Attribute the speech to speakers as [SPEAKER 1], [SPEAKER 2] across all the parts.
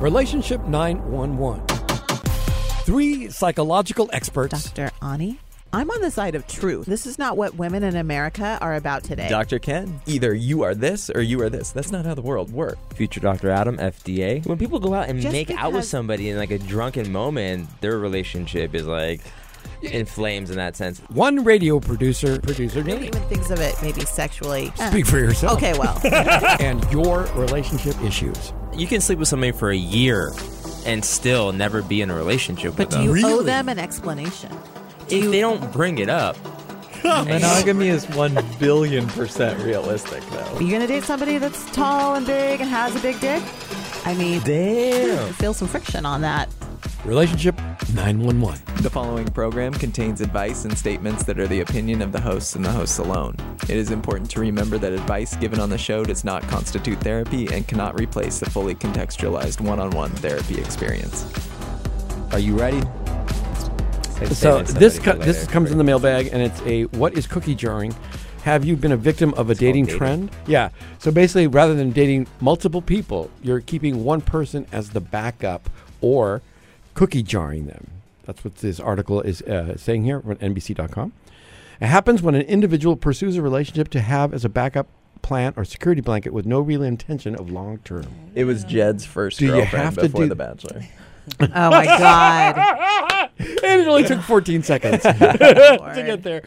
[SPEAKER 1] Relationship 911. Three psychological experts.
[SPEAKER 2] Dr. Ani. I'm on the side of truth. This is not what women in America are about today.
[SPEAKER 3] Dr. Ken, either you are this or you are this. That's not how the world works. Future Dr. Adam, FDA. When people go out and
[SPEAKER 2] Just
[SPEAKER 3] make out with
[SPEAKER 2] because-
[SPEAKER 3] somebody in like a drunken moment, their relationship is like in flames in that sense.
[SPEAKER 1] One radio producer. Producer Neely.
[SPEAKER 2] Nobody even thinks of it maybe sexually. Eh.
[SPEAKER 1] Speak for yourself.
[SPEAKER 2] Okay, well.
[SPEAKER 1] And your relationship issues.
[SPEAKER 3] You can sleep with somebody for a year and still never be in a relationship
[SPEAKER 2] But
[SPEAKER 3] with
[SPEAKER 2] do
[SPEAKER 3] them.
[SPEAKER 2] you owe
[SPEAKER 1] Really?
[SPEAKER 2] them an explanation?
[SPEAKER 3] if they don't bring it up,
[SPEAKER 4] Monogamy is 1 billion percent realistic, though.
[SPEAKER 2] Are you going to date somebody that's tall and big and has a big dick? I mean,
[SPEAKER 3] damn.
[SPEAKER 2] feel some friction on that.
[SPEAKER 1] Relationship 911.
[SPEAKER 4] The following program contains advice and statements that are the opinion of the hosts and the hosts alone. It is important to remember that advice given on the show does not constitute therapy and cannot replace the fully contextualized one on one therapy experience.
[SPEAKER 3] Are you ready?
[SPEAKER 1] So this co- this comes in the mailbag, and it's a what is cookie jarring? Have you been a victim of a dating,
[SPEAKER 3] dating.
[SPEAKER 1] trend? Yeah. So basically, rather than dating multiple people, you're keeping one person as the backup or cookie jarring them. That's what this article is uh, saying here on NBC.com. It happens when an individual pursues a relationship to have as a backup plan or security blanket with no real intention of long term.
[SPEAKER 4] It was Jed's first
[SPEAKER 1] Do you
[SPEAKER 4] girlfriend
[SPEAKER 1] have to
[SPEAKER 4] before
[SPEAKER 1] do-
[SPEAKER 4] The Bachelor.
[SPEAKER 2] Oh my God.
[SPEAKER 1] and it only took 14 seconds to get there.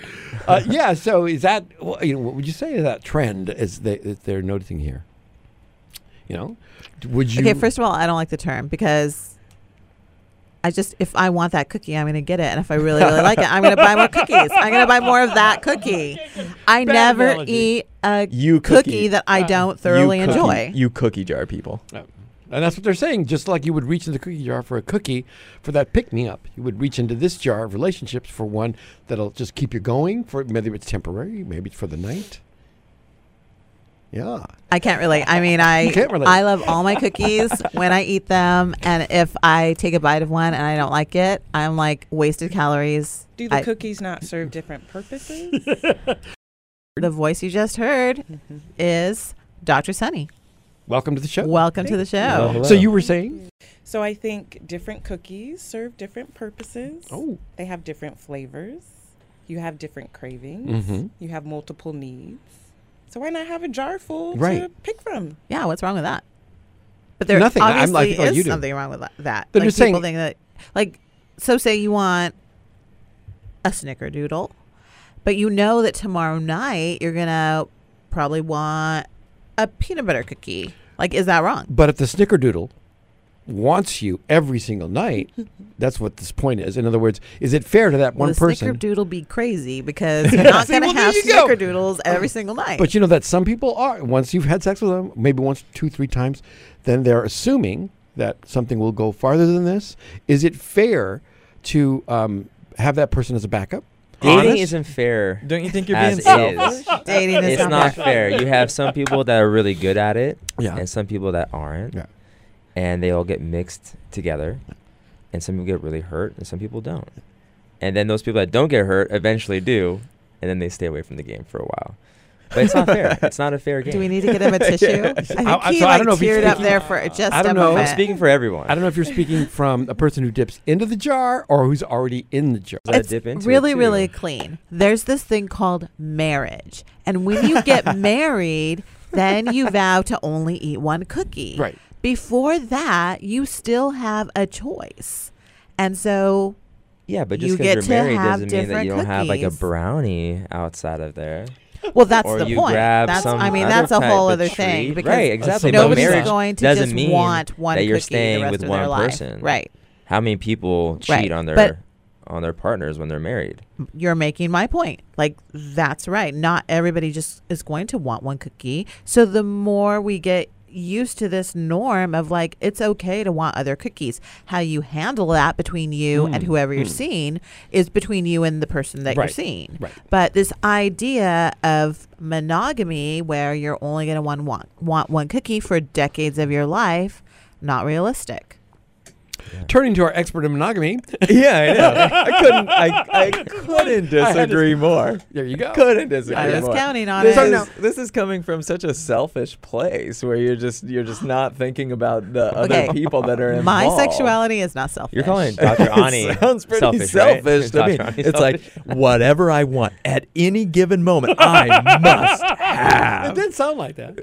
[SPEAKER 1] Uh, yeah. So is that wh- you know what would you say to that trend is they that they're noticing here? You know, D- would you?
[SPEAKER 2] Okay, first of all, I don't like the term because I just, if I want that cookie, I'm going to get it. And if I really, really like it, I'm going to buy more cookies. I'm going to buy more of that cookie. I
[SPEAKER 1] Bad
[SPEAKER 2] never
[SPEAKER 1] analogy.
[SPEAKER 2] eat a
[SPEAKER 4] You
[SPEAKER 2] cookie,
[SPEAKER 4] cookie.
[SPEAKER 2] that I don't thoroughly
[SPEAKER 4] you cookie,
[SPEAKER 2] enjoy.
[SPEAKER 4] You cookie jar people.
[SPEAKER 1] Oh. and that's what they're saying. Just like you would reach into the cookie jar for a cookie for that pick me up, you would reach into this jar of relationships for one that'll just keep you going. For maybe it's temporary, maybe it's for the night. Yeah.
[SPEAKER 2] I can't relate. I mean, I
[SPEAKER 1] You can't relate.
[SPEAKER 2] I love all my cookies when I eat them, and if I take a bite of one and I don't like it, I'm like wasted calories.
[SPEAKER 5] Do the
[SPEAKER 2] I-
[SPEAKER 5] cookies not serve different purposes?
[SPEAKER 2] The voice you just heard
[SPEAKER 4] Mm-hmm.
[SPEAKER 2] is Dr. Sunny.
[SPEAKER 1] Welcome to the show.
[SPEAKER 2] Welcome to the
[SPEAKER 3] Well,
[SPEAKER 2] show.
[SPEAKER 3] hello.
[SPEAKER 1] So you were saying?
[SPEAKER 5] So I think different cookies serve different purposes.
[SPEAKER 1] Oh.
[SPEAKER 5] They have different flavors. You have different cravings.
[SPEAKER 1] Mhm.
[SPEAKER 5] You have multiple needs. So why not have a jar full to
[SPEAKER 1] Right.
[SPEAKER 5] pick from?
[SPEAKER 2] Yeah, what's wrong with that? But there
[SPEAKER 1] Nothing. I'm like,
[SPEAKER 2] obviously
[SPEAKER 1] oh, you
[SPEAKER 2] is
[SPEAKER 1] do.
[SPEAKER 2] something wrong with that- that.
[SPEAKER 1] They're
[SPEAKER 2] like
[SPEAKER 1] just
[SPEAKER 2] people
[SPEAKER 1] saying-
[SPEAKER 2] think that, like, so say you want a snickerdoodle, but you know that tomorrow night you're gonna probably want a peanut butter cookie. Like, is that wrong?
[SPEAKER 1] But if the snickerdoodle wants you every single night, that's what this point is. In other words, is it fair to that
[SPEAKER 2] Will
[SPEAKER 1] one
[SPEAKER 2] the
[SPEAKER 1] person?
[SPEAKER 2] snickerdoodle be crazy because you're not
[SPEAKER 1] See,
[SPEAKER 2] gonna
[SPEAKER 1] well, there
[SPEAKER 2] have
[SPEAKER 1] you go.
[SPEAKER 2] snickerdoodles every single night.
[SPEAKER 1] But you know that some people are. Once you've had sex with them, maybe once, two, three times, then they're assuming that something will go farther than this. Is it fair to um, have that person as a backup?
[SPEAKER 3] Dating
[SPEAKER 1] Honest?
[SPEAKER 3] isn't fair.
[SPEAKER 4] Don't you think
[SPEAKER 3] as is.
[SPEAKER 2] Dating is
[SPEAKER 3] it's not fair. You have some people that are really good at it,
[SPEAKER 1] Yeah.
[SPEAKER 3] and some people that aren't,
[SPEAKER 1] Yeah.
[SPEAKER 3] and they all get mixed together, and some people get really hurt, and some people don't, and then those people that don't get hurt eventually do, and then they stay away from the game for a while. But it's not fair. It's not a fair game.
[SPEAKER 2] Do we need to get him a tissue? I think
[SPEAKER 1] I-
[SPEAKER 2] he
[SPEAKER 1] so I
[SPEAKER 2] like
[SPEAKER 1] don't know if he's
[SPEAKER 2] teared up
[SPEAKER 1] speaking-
[SPEAKER 2] there for just
[SPEAKER 1] I don't
[SPEAKER 2] a
[SPEAKER 1] know.
[SPEAKER 2] moment.
[SPEAKER 3] I'm speaking for everyone.
[SPEAKER 1] I don't know if you're speaking from a person who dips into the jar or who's already in the jar.
[SPEAKER 3] Gotta dip into it,
[SPEAKER 2] really,
[SPEAKER 3] too.
[SPEAKER 2] really clean. There's this thing called marriage. And when you get married, then you vow to only eat one cookie.
[SPEAKER 1] Right.
[SPEAKER 2] Before that, you still have a choice. And so
[SPEAKER 3] Yeah, but
[SPEAKER 2] You
[SPEAKER 3] just
[SPEAKER 2] get
[SPEAKER 3] because
[SPEAKER 2] to
[SPEAKER 3] you're married
[SPEAKER 2] have
[SPEAKER 3] doesn't mean that
[SPEAKER 2] different
[SPEAKER 3] you don't have like a
[SPEAKER 2] cookies.
[SPEAKER 3] brownie outside of there.
[SPEAKER 2] well that's
[SPEAKER 3] or
[SPEAKER 2] the
[SPEAKER 3] you
[SPEAKER 2] point.
[SPEAKER 3] grab
[SPEAKER 2] that's
[SPEAKER 3] some
[SPEAKER 2] I mean
[SPEAKER 3] other
[SPEAKER 2] that's a
[SPEAKER 3] type
[SPEAKER 2] whole
[SPEAKER 3] of
[SPEAKER 2] other thing
[SPEAKER 3] treat.
[SPEAKER 2] because
[SPEAKER 3] Right, exactly.
[SPEAKER 1] but
[SPEAKER 2] nobody's
[SPEAKER 1] marriage
[SPEAKER 2] going to
[SPEAKER 3] doesn't
[SPEAKER 2] just
[SPEAKER 3] mean
[SPEAKER 2] want one
[SPEAKER 3] that you're
[SPEAKER 2] cookie
[SPEAKER 3] staying
[SPEAKER 2] the rest
[SPEAKER 3] with
[SPEAKER 2] of
[SPEAKER 3] one
[SPEAKER 2] their life.
[SPEAKER 3] person.
[SPEAKER 2] Right.
[SPEAKER 3] How many people cheat
[SPEAKER 2] Right,
[SPEAKER 3] on their
[SPEAKER 2] but-
[SPEAKER 3] on their partners when they're married?
[SPEAKER 2] you're making my point. Like that's right. Not everybody just is going to want one cookie. So the more we get used to this norm of like it's okay to want other cookies, how you handle that between you
[SPEAKER 3] Hmm.
[SPEAKER 2] and whoever you're seeing is between you and the person that you're
[SPEAKER 1] Right.
[SPEAKER 2] seeing.
[SPEAKER 1] Right.
[SPEAKER 2] But this idea of monogamy where you're only going to want, want want one cookie for decades of your life, not realistic.
[SPEAKER 1] Turning to our expert in monogamy,
[SPEAKER 3] yeah, I know. I couldn't. I, I couldn't
[SPEAKER 1] I had
[SPEAKER 3] disagree more.
[SPEAKER 1] there you go.
[SPEAKER 3] Couldn't disagree
[SPEAKER 2] I was
[SPEAKER 3] more.
[SPEAKER 2] counting on
[SPEAKER 3] This
[SPEAKER 6] Oh,
[SPEAKER 2] it.
[SPEAKER 3] is, this is coming from such a selfish place where you're just you're just not thinking about the
[SPEAKER 2] Okay.
[SPEAKER 3] other people that are involved.
[SPEAKER 2] My sexuality is not selfish.
[SPEAKER 3] You're calling Dr. Ani
[SPEAKER 6] It sounds pretty
[SPEAKER 3] selfish,
[SPEAKER 6] selfish,
[SPEAKER 3] right?
[SPEAKER 6] to me.
[SPEAKER 3] Dr. Ani
[SPEAKER 6] It's like whatever I want at any given moment, I must
[SPEAKER 1] It
[SPEAKER 6] have.
[SPEAKER 1] did sound like that.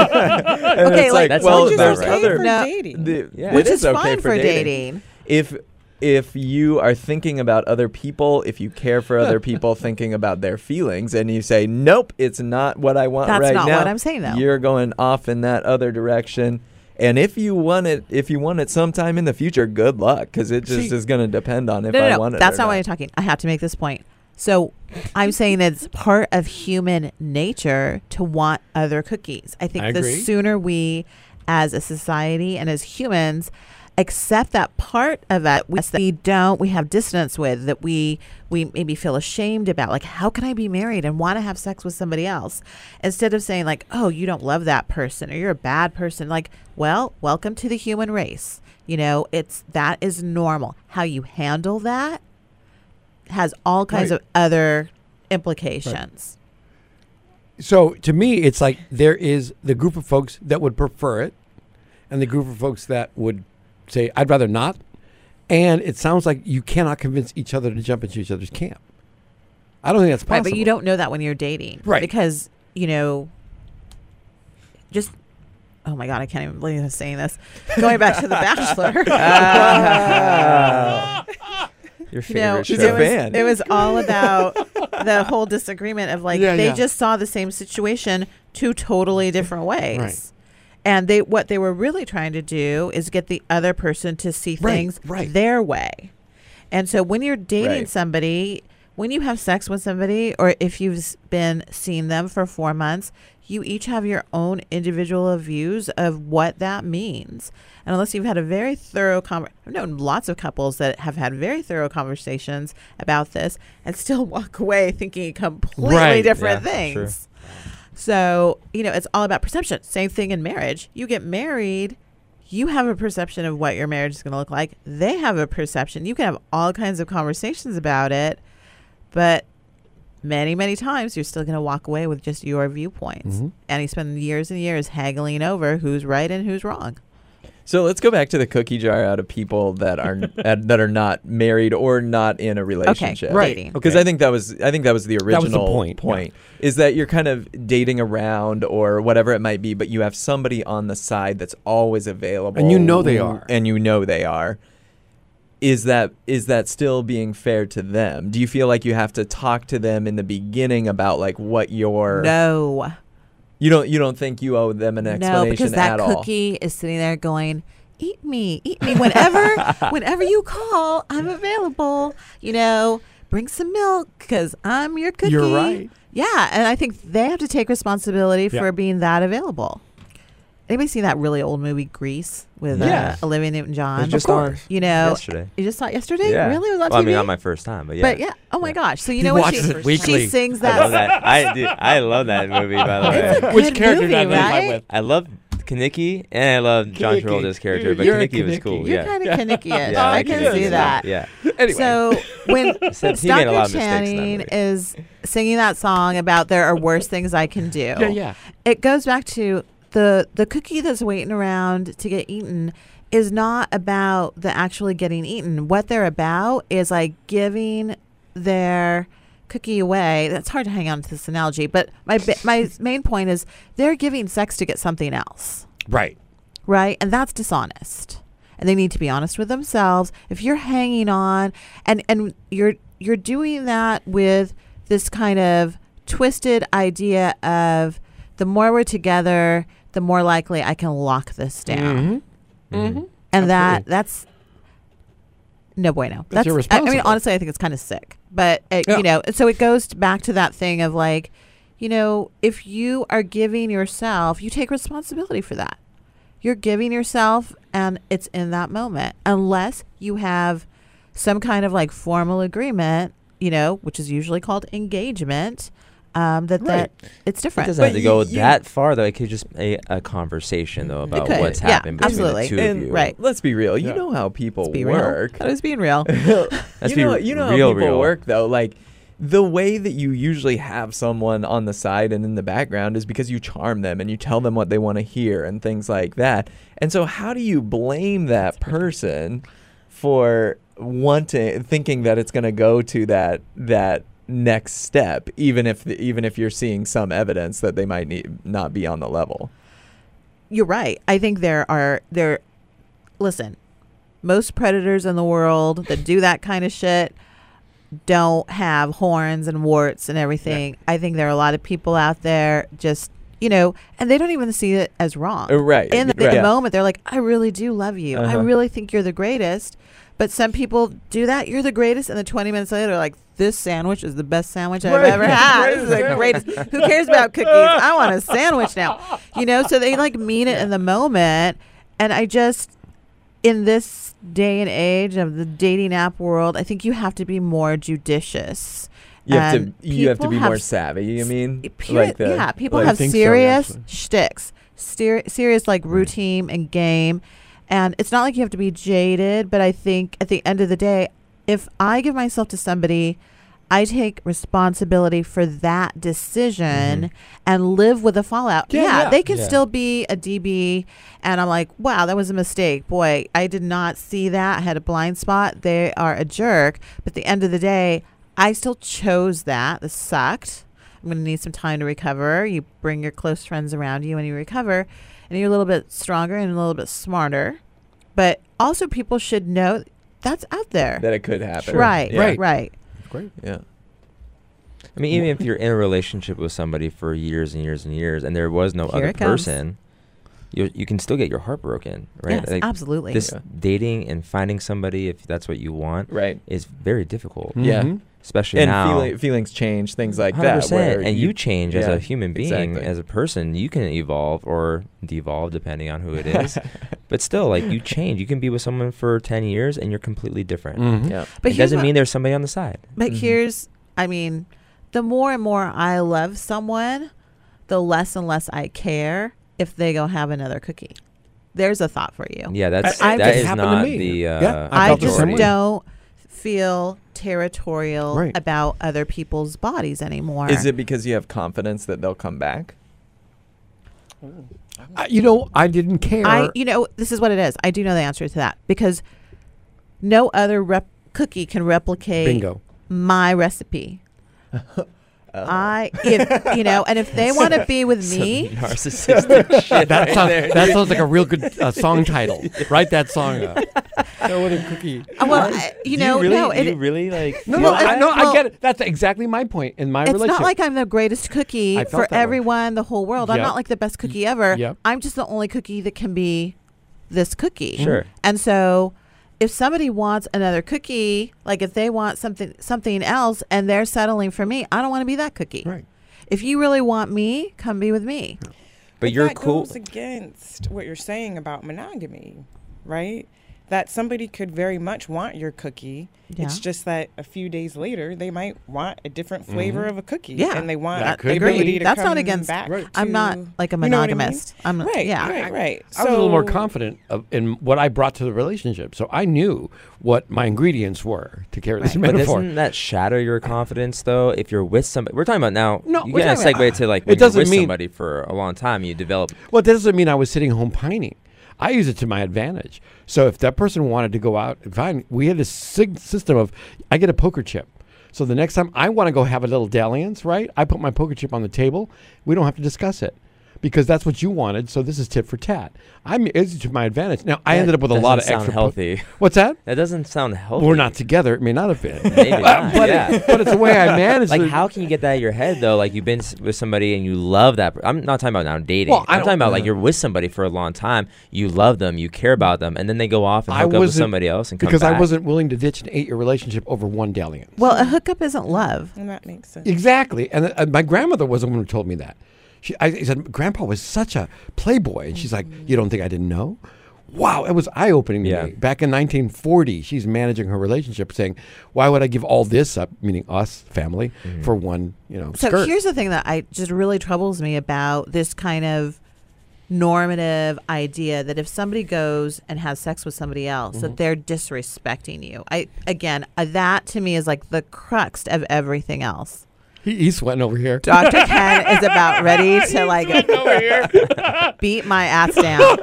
[SPEAKER 6] And
[SPEAKER 2] Okay,
[SPEAKER 6] it's
[SPEAKER 2] like,
[SPEAKER 6] like,
[SPEAKER 3] That
[SPEAKER 6] well,
[SPEAKER 3] sounds
[SPEAKER 5] Which
[SPEAKER 6] there's
[SPEAKER 5] is okay
[SPEAKER 6] other.
[SPEAKER 5] for
[SPEAKER 2] No.
[SPEAKER 5] dating.
[SPEAKER 6] the-
[SPEAKER 3] Yeah.
[SPEAKER 6] it
[SPEAKER 2] which
[SPEAKER 6] is
[SPEAKER 2] is
[SPEAKER 6] okay
[SPEAKER 2] fine for dating.
[SPEAKER 6] If
[SPEAKER 3] if
[SPEAKER 6] you are thinking about other people, if you care for other people, thinking about their feelings, and you say, "Nope, it's not what I want
[SPEAKER 2] That's
[SPEAKER 6] right
[SPEAKER 2] not
[SPEAKER 6] now,"
[SPEAKER 2] what I'm saying, though.
[SPEAKER 6] You're going off in that other direction. And if you want it, if you want it sometime in the future, good luck, because it just
[SPEAKER 1] See-
[SPEAKER 6] is going to depend on if
[SPEAKER 2] no,
[SPEAKER 6] I
[SPEAKER 2] no,
[SPEAKER 6] want
[SPEAKER 2] no.
[SPEAKER 6] it.
[SPEAKER 2] That's
[SPEAKER 6] or
[SPEAKER 2] not why I'm talking. I have to make this point. So I'm saying it's part of human nature to want other cookies. I think
[SPEAKER 1] I
[SPEAKER 2] the
[SPEAKER 1] agree.
[SPEAKER 2] sooner we, as a society and as humans, accept that part of that we, that we don't we have dissonance with that we we maybe feel ashamed about like how can i be married and want to have sex with somebody else instead of saying like oh you don't love that person or you're a bad person like well welcome to the human race you know it's that is normal how you handle that has all kinds
[SPEAKER 1] Right.
[SPEAKER 2] of other implications
[SPEAKER 1] So to me, it's like there is the group of folks that would prefer it, and the group of folks that would say, "I'd rather not." And it sounds like you cannot convince each other to jump into each other's camp. I don't think that's
[SPEAKER 2] right
[SPEAKER 1] possible.
[SPEAKER 2] but you don't know that when you're dating
[SPEAKER 1] Right.
[SPEAKER 2] because you know just oh my god i can't even believe i'm saying this going back to the bachelor
[SPEAKER 6] Ah.
[SPEAKER 2] You
[SPEAKER 3] your favorite
[SPEAKER 2] know,
[SPEAKER 6] She's
[SPEAKER 2] it
[SPEAKER 6] a
[SPEAKER 3] show.
[SPEAKER 2] was,
[SPEAKER 6] fan.
[SPEAKER 2] it was all about the whole disagreement of like
[SPEAKER 1] Yeah,
[SPEAKER 2] they
[SPEAKER 1] yeah.
[SPEAKER 2] just saw the same situation two totally different ways.
[SPEAKER 1] Right.
[SPEAKER 2] And they what they were really trying to do is get the other person to see
[SPEAKER 1] Right,
[SPEAKER 2] things
[SPEAKER 1] right.
[SPEAKER 2] their way. And so when you're dating
[SPEAKER 6] Right.
[SPEAKER 2] somebody, when you have sex with somebody or if you've s- been seeing them for 4 months, you each have your own individual views of what that means. And unless you've had a very thorough conver I've known lots of couples that have had very thorough conversations about this and still walk away thinking completely
[SPEAKER 1] Right.
[SPEAKER 2] different
[SPEAKER 3] Yeah,
[SPEAKER 2] things.
[SPEAKER 3] sure.
[SPEAKER 2] So, you know, it's all about perception. Same thing in marriage. You get married, you have a perception of what your marriage is going to look like. They have a perception. You can have all kinds of conversations about it, but many, many times you're still going to walk away with just your viewpoints.
[SPEAKER 1] Mhm.
[SPEAKER 2] And you spend years and years haggling over who's right and who's wrong.
[SPEAKER 6] So let's go back to the cookie jar out of people that are uh, that are not married or not in a relationship.
[SPEAKER 2] Right. dating.
[SPEAKER 6] Because I think that was I think that was the
[SPEAKER 1] was
[SPEAKER 6] original
[SPEAKER 1] the point,
[SPEAKER 6] is that you're kind of dating around or whatever it might be, but you have somebody on the side that's always available,
[SPEAKER 1] And you know they are.
[SPEAKER 6] and you know they are. Is that is that still being fair to them? Do you feel like you have to talk to them in the beginning about like what your
[SPEAKER 2] No.
[SPEAKER 6] you don't you don't think you owe them an explanation
[SPEAKER 2] No, because that
[SPEAKER 6] at all?
[SPEAKER 2] cookie is sitting there going, "Eat me, eat me." Whenever, whenever you call, I'm available. You know, bring some milk because I'm your cookie.
[SPEAKER 1] You're right.
[SPEAKER 2] Yeah, and I think they have to take responsibility
[SPEAKER 1] Yeah.
[SPEAKER 2] for being that available. Anybody seen that really old movie Grease with
[SPEAKER 1] Yeah.
[SPEAKER 2] uh, Olivia Newton-John?
[SPEAKER 3] It's just on
[SPEAKER 2] You know,
[SPEAKER 3] yesterday.
[SPEAKER 2] you just saw it yesterday.
[SPEAKER 3] Yeah.
[SPEAKER 2] Really, it was on
[SPEAKER 3] Well,
[SPEAKER 2] TV.
[SPEAKER 3] I mean, not my first time, but yeah.
[SPEAKER 2] But yeah, oh my
[SPEAKER 3] Yeah.
[SPEAKER 2] gosh! So you
[SPEAKER 1] He
[SPEAKER 2] know what
[SPEAKER 1] watches
[SPEAKER 2] she
[SPEAKER 1] it weekly.
[SPEAKER 2] she sings
[SPEAKER 3] I
[SPEAKER 2] that.
[SPEAKER 3] love that. I do. I love that movie. By the way,
[SPEAKER 2] It's a
[SPEAKER 1] Which
[SPEAKER 2] good
[SPEAKER 1] character
[SPEAKER 2] movie,
[SPEAKER 1] did I identify
[SPEAKER 2] right?
[SPEAKER 1] with?
[SPEAKER 3] I love Kanicki and I love John
[SPEAKER 1] Kanicki.
[SPEAKER 3] Travolta's character,
[SPEAKER 1] Dude,
[SPEAKER 3] but
[SPEAKER 1] you're a
[SPEAKER 3] Kanicki was cool.
[SPEAKER 1] Kanicki.
[SPEAKER 2] You're
[SPEAKER 3] yeah.
[SPEAKER 2] kind of Kanicki-ish.
[SPEAKER 3] yeah,
[SPEAKER 2] I can
[SPEAKER 3] Kanicki
[SPEAKER 2] see
[SPEAKER 3] was-
[SPEAKER 2] that.
[SPEAKER 3] Yeah.
[SPEAKER 1] anyway,
[SPEAKER 2] So when
[SPEAKER 3] Except he made a lot
[SPEAKER 2] Dr.
[SPEAKER 3] of mistakes in that
[SPEAKER 2] Channing
[SPEAKER 3] movie.
[SPEAKER 2] is singing that song about there are worse things I can do,
[SPEAKER 1] yeah, yeah.
[SPEAKER 2] it goes back to the the cookie that's waiting around to get eaten is not about the actually getting eaten. What they're about is like giving their cookie away. That's hard to hang on to this analogy, but my bi- my main point is they're giving sex to get something else
[SPEAKER 1] Right.
[SPEAKER 2] right? And that's dishonest. And they need to be honest with themselves. If you're hanging on and and you're you're doing that with this kind of twisted idea of the more we're together, the more likely I can lock this down.
[SPEAKER 1] Mhm.
[SPEAKER 5] Mm-hmm.
[SPEAKER 2] And that
[SPEAKER 1] absolutely.
[SPEAKER 2] that's no bueno.
[SPEAKER 1] That's
[SPEAKER 2] I- I, mean,
[SPEAKER 1] irresponsible.
[SPEAKER 2] honestly, I think it's kind of sick. But it,
[SPEAKER 1] Yeah.
[SPEAKER 2] you know, so it goes back to that thing of like, you know, if you are giving yourself, you take responsibility for that. You're giving yourself, and it's in that moment, unless you have some kind of like formal agreement, you know, which is usually called engagement um, that
[SPEAKER 6] Right.
[SPEAKER 2] that it's
[SPEAKER 3] It
[SPEAKER 2] different.
[SPEAKER 3] doesn't have
[SPEAKER 6] But
[SPEAKER 3] to go
[SPEAKER 6] you- you-
[SPEAKER 3] that far, though. It could just a, a conversation, though,
[SPEAKER 6] It
[SPEAKER 3] about
[SPEAKER 2] could,
[SPEAKER 3] what's
[SPEAKER 2] yeah,
[SPEAKER 3] happened between
[SPEAKER 2] absolutely.
[SPEAKER 3] the two
[SPEAKER 6] And-
[SPEAKER 3] of you.
[SPEAKER 2] right.
[SPEAKER 6] Let's be real. You
[SPEAKER 1] Yeah.
[SPEAKER 6] know how people
[SPEAKER 2] Let's be
[SPEAKER 6] work.
[SPEAKER 2] real. I was being real.
[SPEAKER 3] Let's
[SPEAKER 6] you know,
[SPEAKER 3] be
[SPEAKER 6] you know
[SPEAKER 3] real,
[SPEAKER 6] how people
[SPEAKER 3] real.
[SPEAKER 6] work though. Like the way that you usually have someone on the side and in the background is because you charm them and you tell them what they want to hear and things like that. And so, how do you blame that person for wanting, thinking that it's going to go to that that next step, even if the, even if you're seeing some evidence that they might need, not be on the level?
[SPEAKER 2] You're right. I think there are there. Listen, most predators in the world that do that kind of shit don't have horns and warts and everything. I think there are a lot of people out there just you know, and they don't even see it as wrong.
[SPEAKER 6] Uh, Right.
[SPEAKER 2] in the,
[SPEAKER 6] right.
[SPEAKER 2] the moment they're like i really do love you i
[SPEAKER 6] Uh-huh.
[SPEAKER 2] really think you're the greatest but some people do that you're the greatest and then 20 minutes later they're like this sandwich is the best sandwich i've
[SPEAKER 6] Right.
[SPEAKER 2] ever had this is the
[SPEAKER 6] Greatest
[SPEAKER 2] greatest who cares about cookies i want a sandwich now you know so they like mean it in the moment and i just in this day and age of the dating app world i think you have to be more judicious
[SPEAKER 6] You have to
[SPEAKER 2] and
[SPEAKER 6] you have to
[SPEAKER 2] people
[SPEAKER 6] be more
[SPEAKER 2] have
[SPEAKER 6] savvy. You mean
[SPEAKER 2] Peri- yeah, people
[SPEAKER 1] like-
[SPEAKER 2] have
[SPEAKER 1] I think so,
[SPEAKER 2] serious
[SPEAKER 1] actually. Hmm.
[SPEAKER 2] shticks, ser- serious like routine and game, and it's not like you have to be jaded. But I think at the end of the day, if I give myself to somebody, I take responsibility for that decision and live with the fallout.
[SPEAKER 1] Mm-hmm. Yeah,
[SPEAKER 2] Yeah,
[SPEAKER 1] yeah.
[SPEAKER 2] they can
[SPEAKER 3] Yeah.
[SPEAKER 2] still be a DB, and I'm like, wow, that was a mistake. Boy, I did not see that. I had a blind spot. They are a jerk. But at the end of the day, I still chose that. This sucked. I'm going to need some time to recover. You bring your close friends around you and you recover, and you're a little bit stronger and a little bit smarter. But also, people should know that's out there.
[SPEAKER 6] that it could happen.
[SPEAKER 1] Sure.
[SPEAKER 2] Right,
[SPEAKER 6] Yeah.
[SPEAKER 1] Right.
[SPEAKER 2] right.
[SPEAKER 1] Great.
[SPEAKER 6] Yeah.
[SPEAKER 3] I mean, even if you're in a relationship with somebody for years and years and years, and there was no
[SPEAKER 2] Here
[SPEAKER 3] other
[SPEAKER 2] it comes.
[SPEAKER 3] person, you you can still get your heart broken, right?
[SPEAKER 2] Yes,
[SPEAKER 3] Like,
[SPEAKER 2] absolutely.
[SPEAKER 3] This
[SPEAKER 6] Yeah.
[SPEAKER 3] dating and finding somebody, if that's what you want,
[SPEAKER 6] Right.
[SPEAKER 3] is very difficult,
[SPEAKER 2] Hmm.
[SPEAKER 6] Yeah.
[SPEAKER 1] Mhm.
[SPEAKER 3] especially
[SPEAKER 6] and
[SPEAKER 3] now.
[SPEAKER 6] feeli- feelings change, things like
[SPEAKER 3] 100%,
[SPEAKER 6] that. where
[SPEAKER 3] and you, change as
[SPEAKER 6] yeah,
[SPEAKER 3] a human being,
[SPEAKER 6] exactly.
[SPEAKER 3] as a person. You can evolve or devolve depending on who it is, but still, like you change. You can be with someone for ten years, and you're completely different.
[SPEAKER 1] Mhm.
[SPEAKER 6] yeah,
[SPEAKER 2] But
[SPEAKER 3] it
[SPEAKER 2] here's
[SPEAKER 3] doesn't
[SPEAKER 2] what-
[SPEAKER 3] mean there's somebody on the side.
[SPEAKER 2] But
[SPEAKER 6] Mhm.
[SPEAKER 2] here's, I mean, the more and more I love someone, the less and less I care if they go have another cookie. There's a thought for you.
[SPEAKER 3] Yeah, that's
[SPEAKER 1] I-
[SPEAKER 3] that
[SPEAKER 1] it
[SPEAKER 3] is
[SPEAKER 1] happened to
[SPEAKER 3] not
[SPEAKER 1] me.
[SPEAKER 3] the. Uh,
[SPEAKER 1] Yeah, I
[SPEAKER 2] I
[SPEAKER 1] felt the
[SPEAKER 2] just
[SPEAKER 1] same way.
[SPEAKER 2] don't feel territorial
[SPEAKER 1] Right.
[SPEAKER 2] about other people's bodies anymore.
[SPEAKER 6] is it because you have confidence that they'll come back?
[SPEAKER 1] I, Uh, you know, I didn't care.
[SPEAKER 2] I, you know, this is what it is. I do know the answer to that because no other rep- cookie can replicate
[SPEAKER 1] Bingo.
[SPEAKER 2] my recipe. I, if, you know, and if they want to be with me,
[SPEAKER 3] narcissistic shit.
[SPEAKER 1] that,
[SPEAKER 3] right
[SPEAKER 1] sounds,
[SPEAKER 3] there.
[SPEAKER 1] that sounds like a real good uh, song title. Write that song up. no, what a cookie.
[SPEAKER 2] uh, well, I- you
[SPEAKER 3] Do
[SPEAKER 2] know,
[SPEAKER 3] really,
[SPEAKER 2] no,
[SPEAKER 3] do you
[SPEAKER 2] it,
[SPEAKER 3] really like.
[SPEAKER 1] No,
[SPEAKER 2] Well,
[SPEAKER 1] no, I,
[SPEAKER 2] I-
[SPEAKER 1] no, I
[SPEAKER 2] well-
[SPEAKER 1] get it. That's exactly my point in my
[SPEAKER 2] it's
[SPEAKER 1] relationship.
[SPEAKER 2] not like I'm the greatest cookie
[SPEAKER 1] I felt
[SPEAKER 2] for
[SPEAKER 1] that way.
[SPEAKER 2] everyone, the whole world. I'm
[SPEAKER 1] Yep.
[SPEAKER 2] not like the best cookie ever.
[SPEAKER 1] Yep.
[SPEAKER 2] I'm just the only cookie that can be this cookie.
[SPEAKER 3] Sure.
[SPEAKER 2] And so if somebody wants another cookie, like if they want something something else and they're settling for me, I don't want to be that cookie.
[SPEAKER 1] right.
[SPEAKER 2] If you really want me, come be with me.
[SPEAKER 3] But you're
[SPEAKER 5] that
[SPEAKER 3] cool.
[SPEAKER 5] goes against what you're saying about monogamy, right? That somebody could very much want your cookie. It's
[SPEAKER 2] Yeah.
[SPEAKER 5] just that a few days later they might want a different flavor of a cookie.
[SPEAKER 2] Yeah.
[SPEAKER 5] and they want
[SPEAKER 1] Mm-hmm. That
[SPEAKER 5] the
[SPEAKER 1] could be.
[SPEAKER 5] ability to
[SPEAKER 2] That's not
[SPEAKER 5] come
[SPEAKER 2] against-
[SPEAKER 5] back.
[SPEAKER 1] Right.
[SPEAKER 2] I'm not
[SPEAKER 5] to-
[SPEAKER 2] like a
[SPEAKER 5] you know what I mean?
[SPEAKER 2] monogamist. I'm
[SPEAKER 5] Right,
[SPEAKER 2] yeah.
[SPEAKER 5] right, right.
[SPEAKER 1] I was a little more
[SPEAKER 5] So-
[SPEAKER 1] confident of, in what I brought to the relationship, so I knew what my ingredients were to carry this
[SPEAKER 3] But
[SPEAKER 1] metaphor.
[SPEAKER 3] doesn't that shatter your confidence though? If you're with somebody, we're talking about now.
[SPEAKER 1] No,
[SPEAKER 3] you
[SPEAKER 1] we're
[SPEAKER 3] gotta
[SPEAKER 1] talking about-
[SPEAKER 3] segue to like
[SPEAKER 1] It
[SPEAKER 3] when
[SPEAKER 1] doesn't
[SPEAKER 3] you're with
[SPEAKER 1] mean-
[SPEAKER 3] somebody for a long time. You develop.
[SPEAKER 1] Well, that doesn't mean I was sitting home pining. I use it to my advantage. So if that person wanted to go out and find, we had this sig- system of I get a poker chip. So the next time I want to go have a little dalliance, right? I put my poker chip on the table. We don't have to discuss it because that's what you wanted. So this is tit for tat. I'm it's to my advantage. Now I
[SPEAKER 3] That
[SPEAKER 1] ended up with a lot of
[SPEAKER 3] doesn't sound
[SPEAKER 1] extra. po-
[SPEAKER 3] healthy.
[SPEAKER 1] What's that?
[SPEAKER 3] That doesn't sound healthy.
[SPEAKER 1] We're not together. It may not have been.
[SPEAKER 3] Maybe not,
[SPEAKER 1] but,
[SPEAKER 3] yeah.
[SPEAKER 1] it, but it's the way I managed.
[SPEAKER 3] like
[SPEAKER 1] it.
[SPEAKER 3] how can you get that in your head though like you've been s- with somebody and you love that per- i'm not talking about now dating
[SPEAKER 1] Well, I
[SPEAKER 3] i'm
[SPEAKER 1] don't-
[SPEAKER 3] talking about like you're with somebody for a long time you love them you care about them and then they go off and
[SPEAKER 1] I
[SPEAKER 3] hook up with
[SPEAKER 1] wasn't-
[SPEAKER 3] somebody else and come
[SPEAKER 1] because I
[SPEAKER 3] back.
[SPEAKER 1] wasn't willing to ditch an eight-year relationship over one dalliance.
[SPEAKER 2] Well, a hookup isn't love.
[SPEAKER 5] And that makes sense.
[SPEAKER 1] Exactly. And uh, my grandmother was the one who told me that. She, I, I said, Grandpa was such a playboy. And she's like, You don't think I didn't know? wow, it was eye opening to
[SPEAKER 3] Mm-hmm. Yeah.
[SPEAKER 1] me. Back in 1940, she's managing her relationship, saying, "Why would I give all this up?" Meaning us, family,
[SPEAKER 3] Mm-hmm.
[SPEAKER 1] for one, you know,
[SPEAKER 2] So
[SPEAKER 1] skirt.
[SPEAKER 2] here's the thing that I just really troubles me about this kind of normative idea that if somebody goes and has sex with somebody else
[SPEAKER 5] Mm-hmm.
[SPEAKER 2] that they're disrespecting you. I again, uh, that to me is like the crux of everything else.
[SPEAKER 1] He- he's sweating over here.
[SPEAKER 2] Dr. Ken is about ready to like
[SPEAKER 1] over here.
[SPEAKER 2] beat my ass down.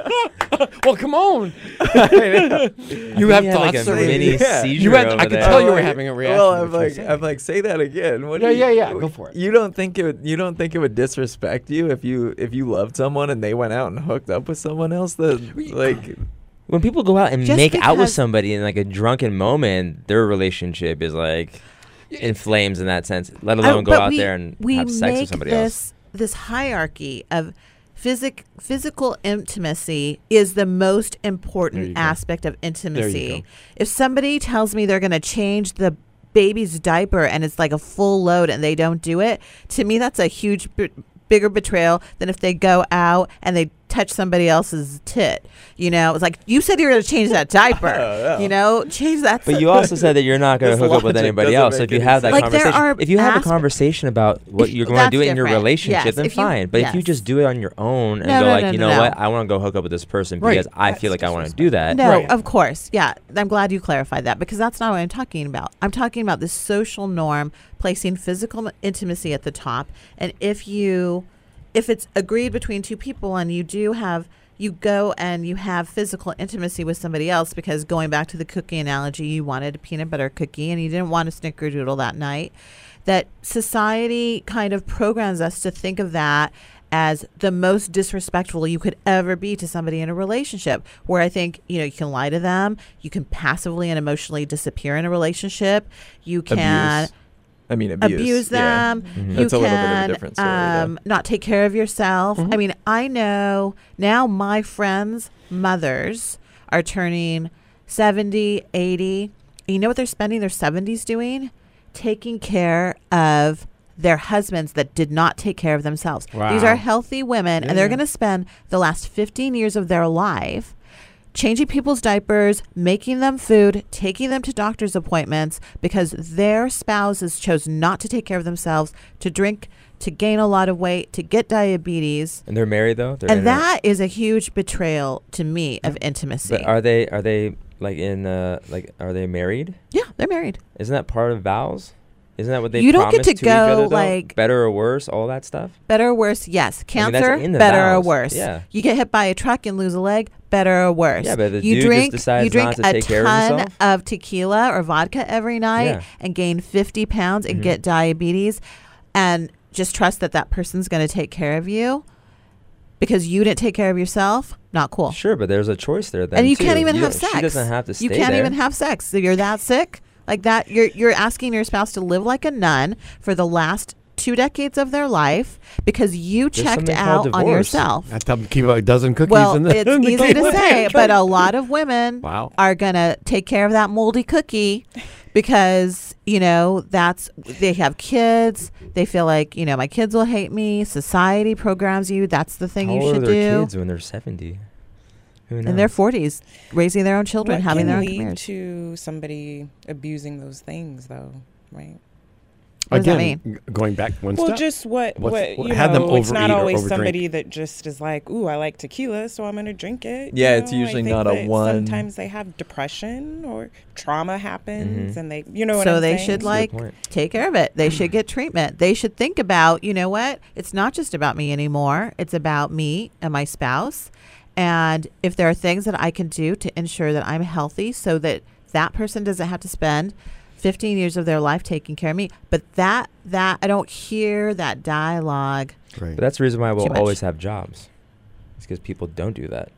[SPEAKER 1] Well, come on. you have
[SPEAKER 3] had, like,
[SPEAKER 1] thoughts.
[SPEAKER 3] a
[SPEAKER 1] or-
[SPEAKER 3] mini
[SPEAKER 6] Yeah.
[SPEAKER 3] seizure
[SPEAKER 1] You had-
[SPEAKER 3] over
[SPEAKER 1] I could
[SPEAKER 3] there.
[SPEAKER 1] tell you were having a reaction.
[SPEAKER 6] Well,
[SPEAKER 1] to
[SPEAKER 6] I'm
[SPEAKER 1] what you're
[SPEAKER 6] like,
[SPEAKER 1] saying.
[SPEAKER 6] I'm like, say that again. What
[SPEAKER 1] Yeah,
[SPEAKER 6] do you-
[SPEAKER 1] yeah, yeah, go for it.
[SPEAKER 6] You don't think it? would- You don't think it would disrespect you if you if you loved someone and they went out and hooked up with someone else? That like,
[SPEAKER 3] When people go out and
[SPEAKER 2] Just
[SPEAKER 3] make out with
[SPEAKER 2] because-
[SPEAKER 3] somebody in like a drunken moment, their relationship is like in flames in that sense. Let
[SPEAKER 2] I-
[SPEAKER 3] alone go
[SPEAKER 2] but
[SPEAKER 3] out
[SPEAKER 2] we-
[SPEAKER 3] there and
[SPEAKER 2] we
[SPEAKER 3] have sex
[SPEAKER 2] make
[SPEAKER 3] with somebody
[SPEAKER 2] this,
[SPEAKER 3] else.
[SPEAKER 2] This hierarchy of physic, physical intimacy is the most
[SPEAKER 1] you
[SPEAKER 2] important
[SPEAKER 1] go.
[SPEAKER 2] aspect of
[SPEAKER 1] There you
[SPEAKER 2] intimacy.
[SPEAKER 1] go.
[SPEAKER 2] If somebody tells me they're going to change the baby's diaper and it's like a full load and they don't do it, to me that's a huge b- bigger betrayal than if they go out and they touch somebody else's tit. You know, it's like you said you were going to change that diaper.
[SPEAKER 6] yeah.
[SPEAKER 2] You know, change that.
[SPEAKER 3] But you also said that you're not going to
[SPEAKER 6] This
[SPEAKER 3] hook up with
[SPEAKER 6] logic
[SPEAKER 3] anybody
[SPEAKER 6] doesn't
[SPEAKER 3] else. So
[SPEAKER 6] make
[SPEAKER 3] if you
[SPEAKER 6] any
[SPEAKER 3] have that
[SPEAKER 6] sense.
[SPEAKER 2] Like, there
[SPEAKER 3] conversation,
[SPEAKER 2] are
[SPEAKER 3] if you have a
[SPEAKER 2] aspe-
[SPEAKER 3] conversation about what
[SPEAKER 2] If-
[SPEAKER 3] you're going to
[SPEAKER 2] that's
[SPEAKER 3] do in your
[SPEAKER 2] different.
[SPEAKER 3] relationship,
[SPEAKER 2] Yes,
[SPEAKER 3] then
[SPEAKER 2] if you-
[SPEAKER 3] fine. But if you
[SPEAKER 2] yes.
[SPEAKER 3] just do it on your own and
[SPEAKER 2] No,
[SPEAKER 3] go
[SPEAKER 2] no,
[SPEAKER 3] like,
[SPEAKER 2] no,
[SPEAKER 3] you
[SPEAKER 2] no,
[SPEAKER 3] know
[SPEAKER 2] no.
[SPEAKER 3] what, I want to go hook up with this person
[SPEAKER 1] Right.
[SPEAKER 3] because I
[SPEAKER 5] That's
[SPEAKER 3] feel like I want to do that.
[SPEAKER 2] No,
[SPEAKER 1] Right.
[SPEAKER 2] of course. Yeah. I'm glad you clarified that because that's not what I'm talking about. I'm talking about this social norm placing physical m- intimacy at the top. And if you, if it's agreed between two people and you do have, you go and you have physical intimacy with somebody else because going back to the cookie analogy, you wanted a peanut butter cookie and you didn't want a snickerdoodle that night. That society kind of programs us to think of that as the most disrespectful you could ever be to somebody in a relationship where i think you know you can lie to them you can passively and emotionally disappear in a relationship you can
[SPEAKER 6] abuse. I mean, abuse.
[SPEAKER 2] abuse,
[SPEAKER 6] yeah.
[SPEAKER 2] them
[SPEAKER 3] Mm-hmm.
[SPEAKER 2] you
[SPEAKER 6] That's a
[SPEAKER 2] can
[SPEAKER 6] little bit of a different story, Mm-hmm. though.
[SPEAKER 2] um, not take care of yourself i mean i know now my friends mothers are turning 70 80 and you know what they're spending their 70s doing taking care of their husbands that did not take care of themselves these
[SPEAKER 1] Wow.
[SPEAKER 2] are healthy women and they're going to spend the last 15 years of their life changing people's diapers, making them food, taking them to doctor's appointments because their spouses chose not to take care of themselves, to drink, to gain a lot of weight, to get diabetes.
[SPEAKER 3] And they're married though. They're
[SPEAKER 2] And
[SPEAKER 3] in a-
[SPEAKER 2] that is a huge betrayal to me of intimacy.
[SPEAKER 3] But are they are they like in uh like are they married?
[SPEAKER 2] yeah, they're married.
[SPEAKER 3] Isn't that part of vows? Isn't that what they
[SPEAKER 2] You don't get
[SPEAKER 3] promise
[SPEAKER 2] to
[SPEAKER 3] each other,
[SPEAKER 2] go,
[SPEAKER 3] though?
[SPEAKER 2] like-
[SPEAKER 3] better or worse, all that stuff.
[SPEAKER 2] Better or worse, yes.
[SPEAKER 3] mean, that's
[SPEAKER 2] Cancer,
[SPEAKER 3] in the
[SPEAKER 2] better or
[SPEAKER 3] vows.
[SPEAKER 2] worse.
[SPEAKER 3] Yeah.
[SPEAKER 2] You get hit by a truck and lose a leg, better or worse.
[SPEAKER 3] Yeah, but the
[SPEAKER 2] you
[SPEAKER 3] dude just
[SPEAKER 2] drink,
[SPEAKER 3] decides
[SPEAKER 2] you drink
[SPEAKER 3] not to
[SPEAKER 2] a
[SPEAKER 3] take care of
[SPEAKER 2] ton
[SPEAKER 3] himself?
[SPEAKER 2] of tequila or vodka every night
[SPEAKER 3] Yeah. Mm-hmm.
[SPEAKER 2] and gain 50 pounds and get diabetes and just trust that that person's going to take care of you because you didn't take care of yourself. Not cool.
[SPEAKER 3] Sure, but there's a choice there. Then
[SPEAKER 2] and you
[SPEAKER 3] too.
[SPEAKER 2] can't even have
[SPEAKER 3] don't-
[SPEAKER 2] sex.
[SPEAKER 3] She doesn't have to stay
[SPEAKER 2] You can't
[SPEAKER 3] there.
[SPEAKER 2] even have sex. So you're that sick like that you're you're asking your spouse to live like a nun for the last two decades of their life because you
[SPEAKER 3] There's
[SPEAKER 2] checked
[SPEAKER 3] something called
[SPEAKER 2] out on
[SPEAKER 3] divorce.
[SPEAKER 2] yourself.
[SPEAKER 1] I tell them to keep a dozen cookies.
[SPEAKER 2] Well,
[SPEAKER 1] in the,
[SPEAKER 2] it's
[SPEAKER 1] in the
[SPEAKER 2] easy to
[SPEAKER 1] kitchen.
[SPEAKER 2] say, but a lot of women
[SPEAKER 1] Wow.
[SPEAKER 2] are going to take care of that moldy cookie because, you know, that's they have kids. They feel like, you know, my kids will hate me. Society programs you. That's the thing
[SPEAKER 3] How
[SPEAKER 2] you
[SPEAKER 3] old are
[SPEAKER 2] should
[SPEAKER 3] their
[SPEAKER 2] do.
[SPEAKER 3] kids when they're seventy? Who knows?
[SPEAKER 2] In their 40s, raising their own children,
[SPEAKER 5] What
[SPEAKER 2] having
[SPEAKER 5] can
[SPEAKER 2] their own
[SPEAKER 5] lead
[SPEAKER 2] marriage.
[SPEAKER 5] to somebody abusing those things, though, right?
[SPEAKER 2] What does that
[SPEAKER 1] Again, g- going back one
[SPEAKER 5] Well,
[SPEAKER 1] step.
[SPEAKER 5] just what
[SPEAKER 1] What's-
[SPEAKER 5] what
[SPEAKER 1] what-
[SPEAKER 5] you
[SPEAKER 1] have them
[SPEAKER 5] know. it's
[SPEAKER 1] overeat
[SPEAKER 5] not
[SPEAKER 1] or
[SPEAKER 5] always
[SPEAKER 1] overdrink.
[SPEAKER 5] somebody that just is like, "Ooh, I like tequila, so I'm gonna drink it."
[SPEAKER 6] Yeah,
[SPEAKER 5] you
[SPEAKER 6] it's
[SPEAKER 5] know? I
[SPEAKER 6] usually
[SPEAKER 5] think
[SPEAKER 6] not a
[SPEAKER 5] that
[SPEAKER 6] one-
[SPEAKER 5] Sometimes they have depression or trauma happens,
[SPEAKER 1] Mm-hmm.
[SPEAKER 3] Mhm.
[SPEAKER 5] and they, you know, what
[SPEAKER 2] so
[SPEAKER 5] I'm
[SPEAKER 2] they
[SPEAKER 5] saying?
[SPEAKER 2] should
[SPEAKER 3] That's a
[SPEAKER 2] like
[SPEAKER 3] good point.
[SPEAKER 2] take care of it. They should
[SPEAKER 3] Mm.
[SPEAKER 2] get treatment. They should think about, you know what? It's not just about me anymore. It's about me and my spouse. And if there are things that I can do to ensure that I'm healthy so that that person doesn't have to spend 15 years of their life taking care of me. But that that I don't hear that dialogue.
[SPEAKER 1] Right.
[SPEAKER 3] But that's the reason why
[SPEAKER 2] Too
[SPEAKER 3] we'll
[SPEAKER 2] much.
[SPEAKER 3] always have jobs. It's because people don't do that.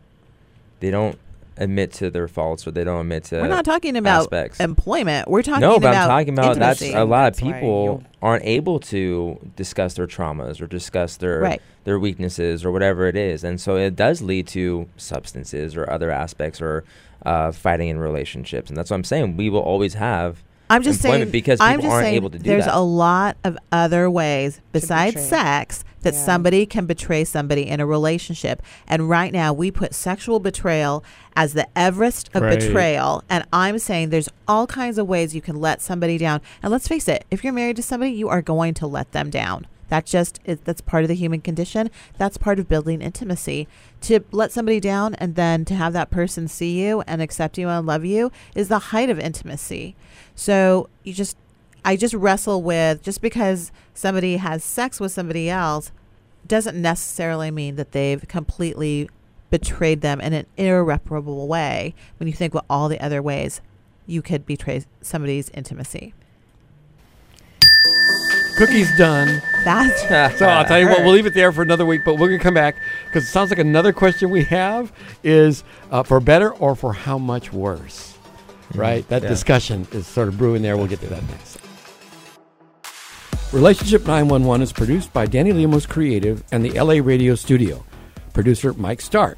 [SPEAKER 3] They don't admit to their faults, or they don't admit to.
[SPEAKER 2] We're not talking about
[SPEAKER 3] aspects.
[SPEAKER 2] employment. We're talking
[SPEAKER 3] no,
[SPEAKER 2] about
[SPEAKER 3] but I'm talking about
[SPEAKER 2] intimacy.
[SPEAKER 3] that's a lot of
[SPEAKER 5] That's why
[SPEAKER 3] people
[SPEAKER 5] you-
[SPEAKER 3] aren't able to discuss their traumas or discuss their
[SPEAKER 2] Right.
[SPEAKER 3] their weaknesses or whatever it is, and so it does lead to substances or other aspects or uh, fighting in relationships, and that's what I'm saying. We will always have
[SPEAKER 2] I'm just
[SPEAKER 3] employment
[SPEAKER 2] saying
[SPEAKER 3] because
[SPEAKER 2] I'm
[SPEAKER 3] people
[SPEAKER 2] just
[SPEAKER 3] aren't
[SPEAKER 2] saying
[SPEAKER 3] able to do
[SPEAKER 2] there's
[SPEAKER 3] that.
[SPEAKER 2] a lot of other ways besides
[SPEAKER 5] betray.
[SPEAKER 2] sex that
[SPEAKER 5] Yeah.
[SPEAKER 2] somebody can betray somebody in a relationship. And right now we put sexual betrayal as the Everest of
[SPEAKER 1] Right.
[SPEAKER 2] betrayal. And I'm saying there's all kinds of ways you can let somebody down. And let's face it, if you're married to somebody, you are going to let them down. That just is, that's part of the human condition. That's part of building intimacy. To let somebody down and then to have that person see you and accept you and love you is the height of intimacy. So you just I just wrestle with just because somebody has sex with somebody else doesn't necessarily mean that they've completely betrayed them in an irreparable way when you think about all the other ways you could betray somebody's intimacy.
[SPEAKER 1] Cookie's done.
[SPEAKER 2] That's
[SPEAKER 1] So I'll tell you what, we'll leave it there for another week, but we're going to come back because it sounds like another question we have is uh, for better or for how much worse, right? That
[SPEAKER 3] yeah.
[SPEAKER 1] discussion is sort of brewing there. We'll get to that next. Relationship 911 is produced by Danny Lemos Creative and the LA Radio Studio. Producer Mike Stark.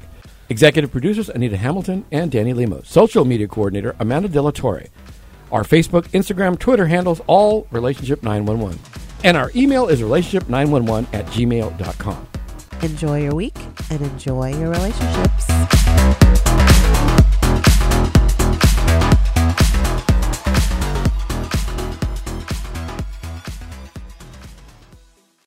[SPEAKER 1] Executive producers Anita Hamilton and Danny Lemos. Social media coordinator Amanda De La Torre. Our Facebook, Instagram, Twitter handles all Relationship 911. And our email is relationship911 at gmail.com.
[SPEAKER 2] enjoy your week and enjoy your relationships.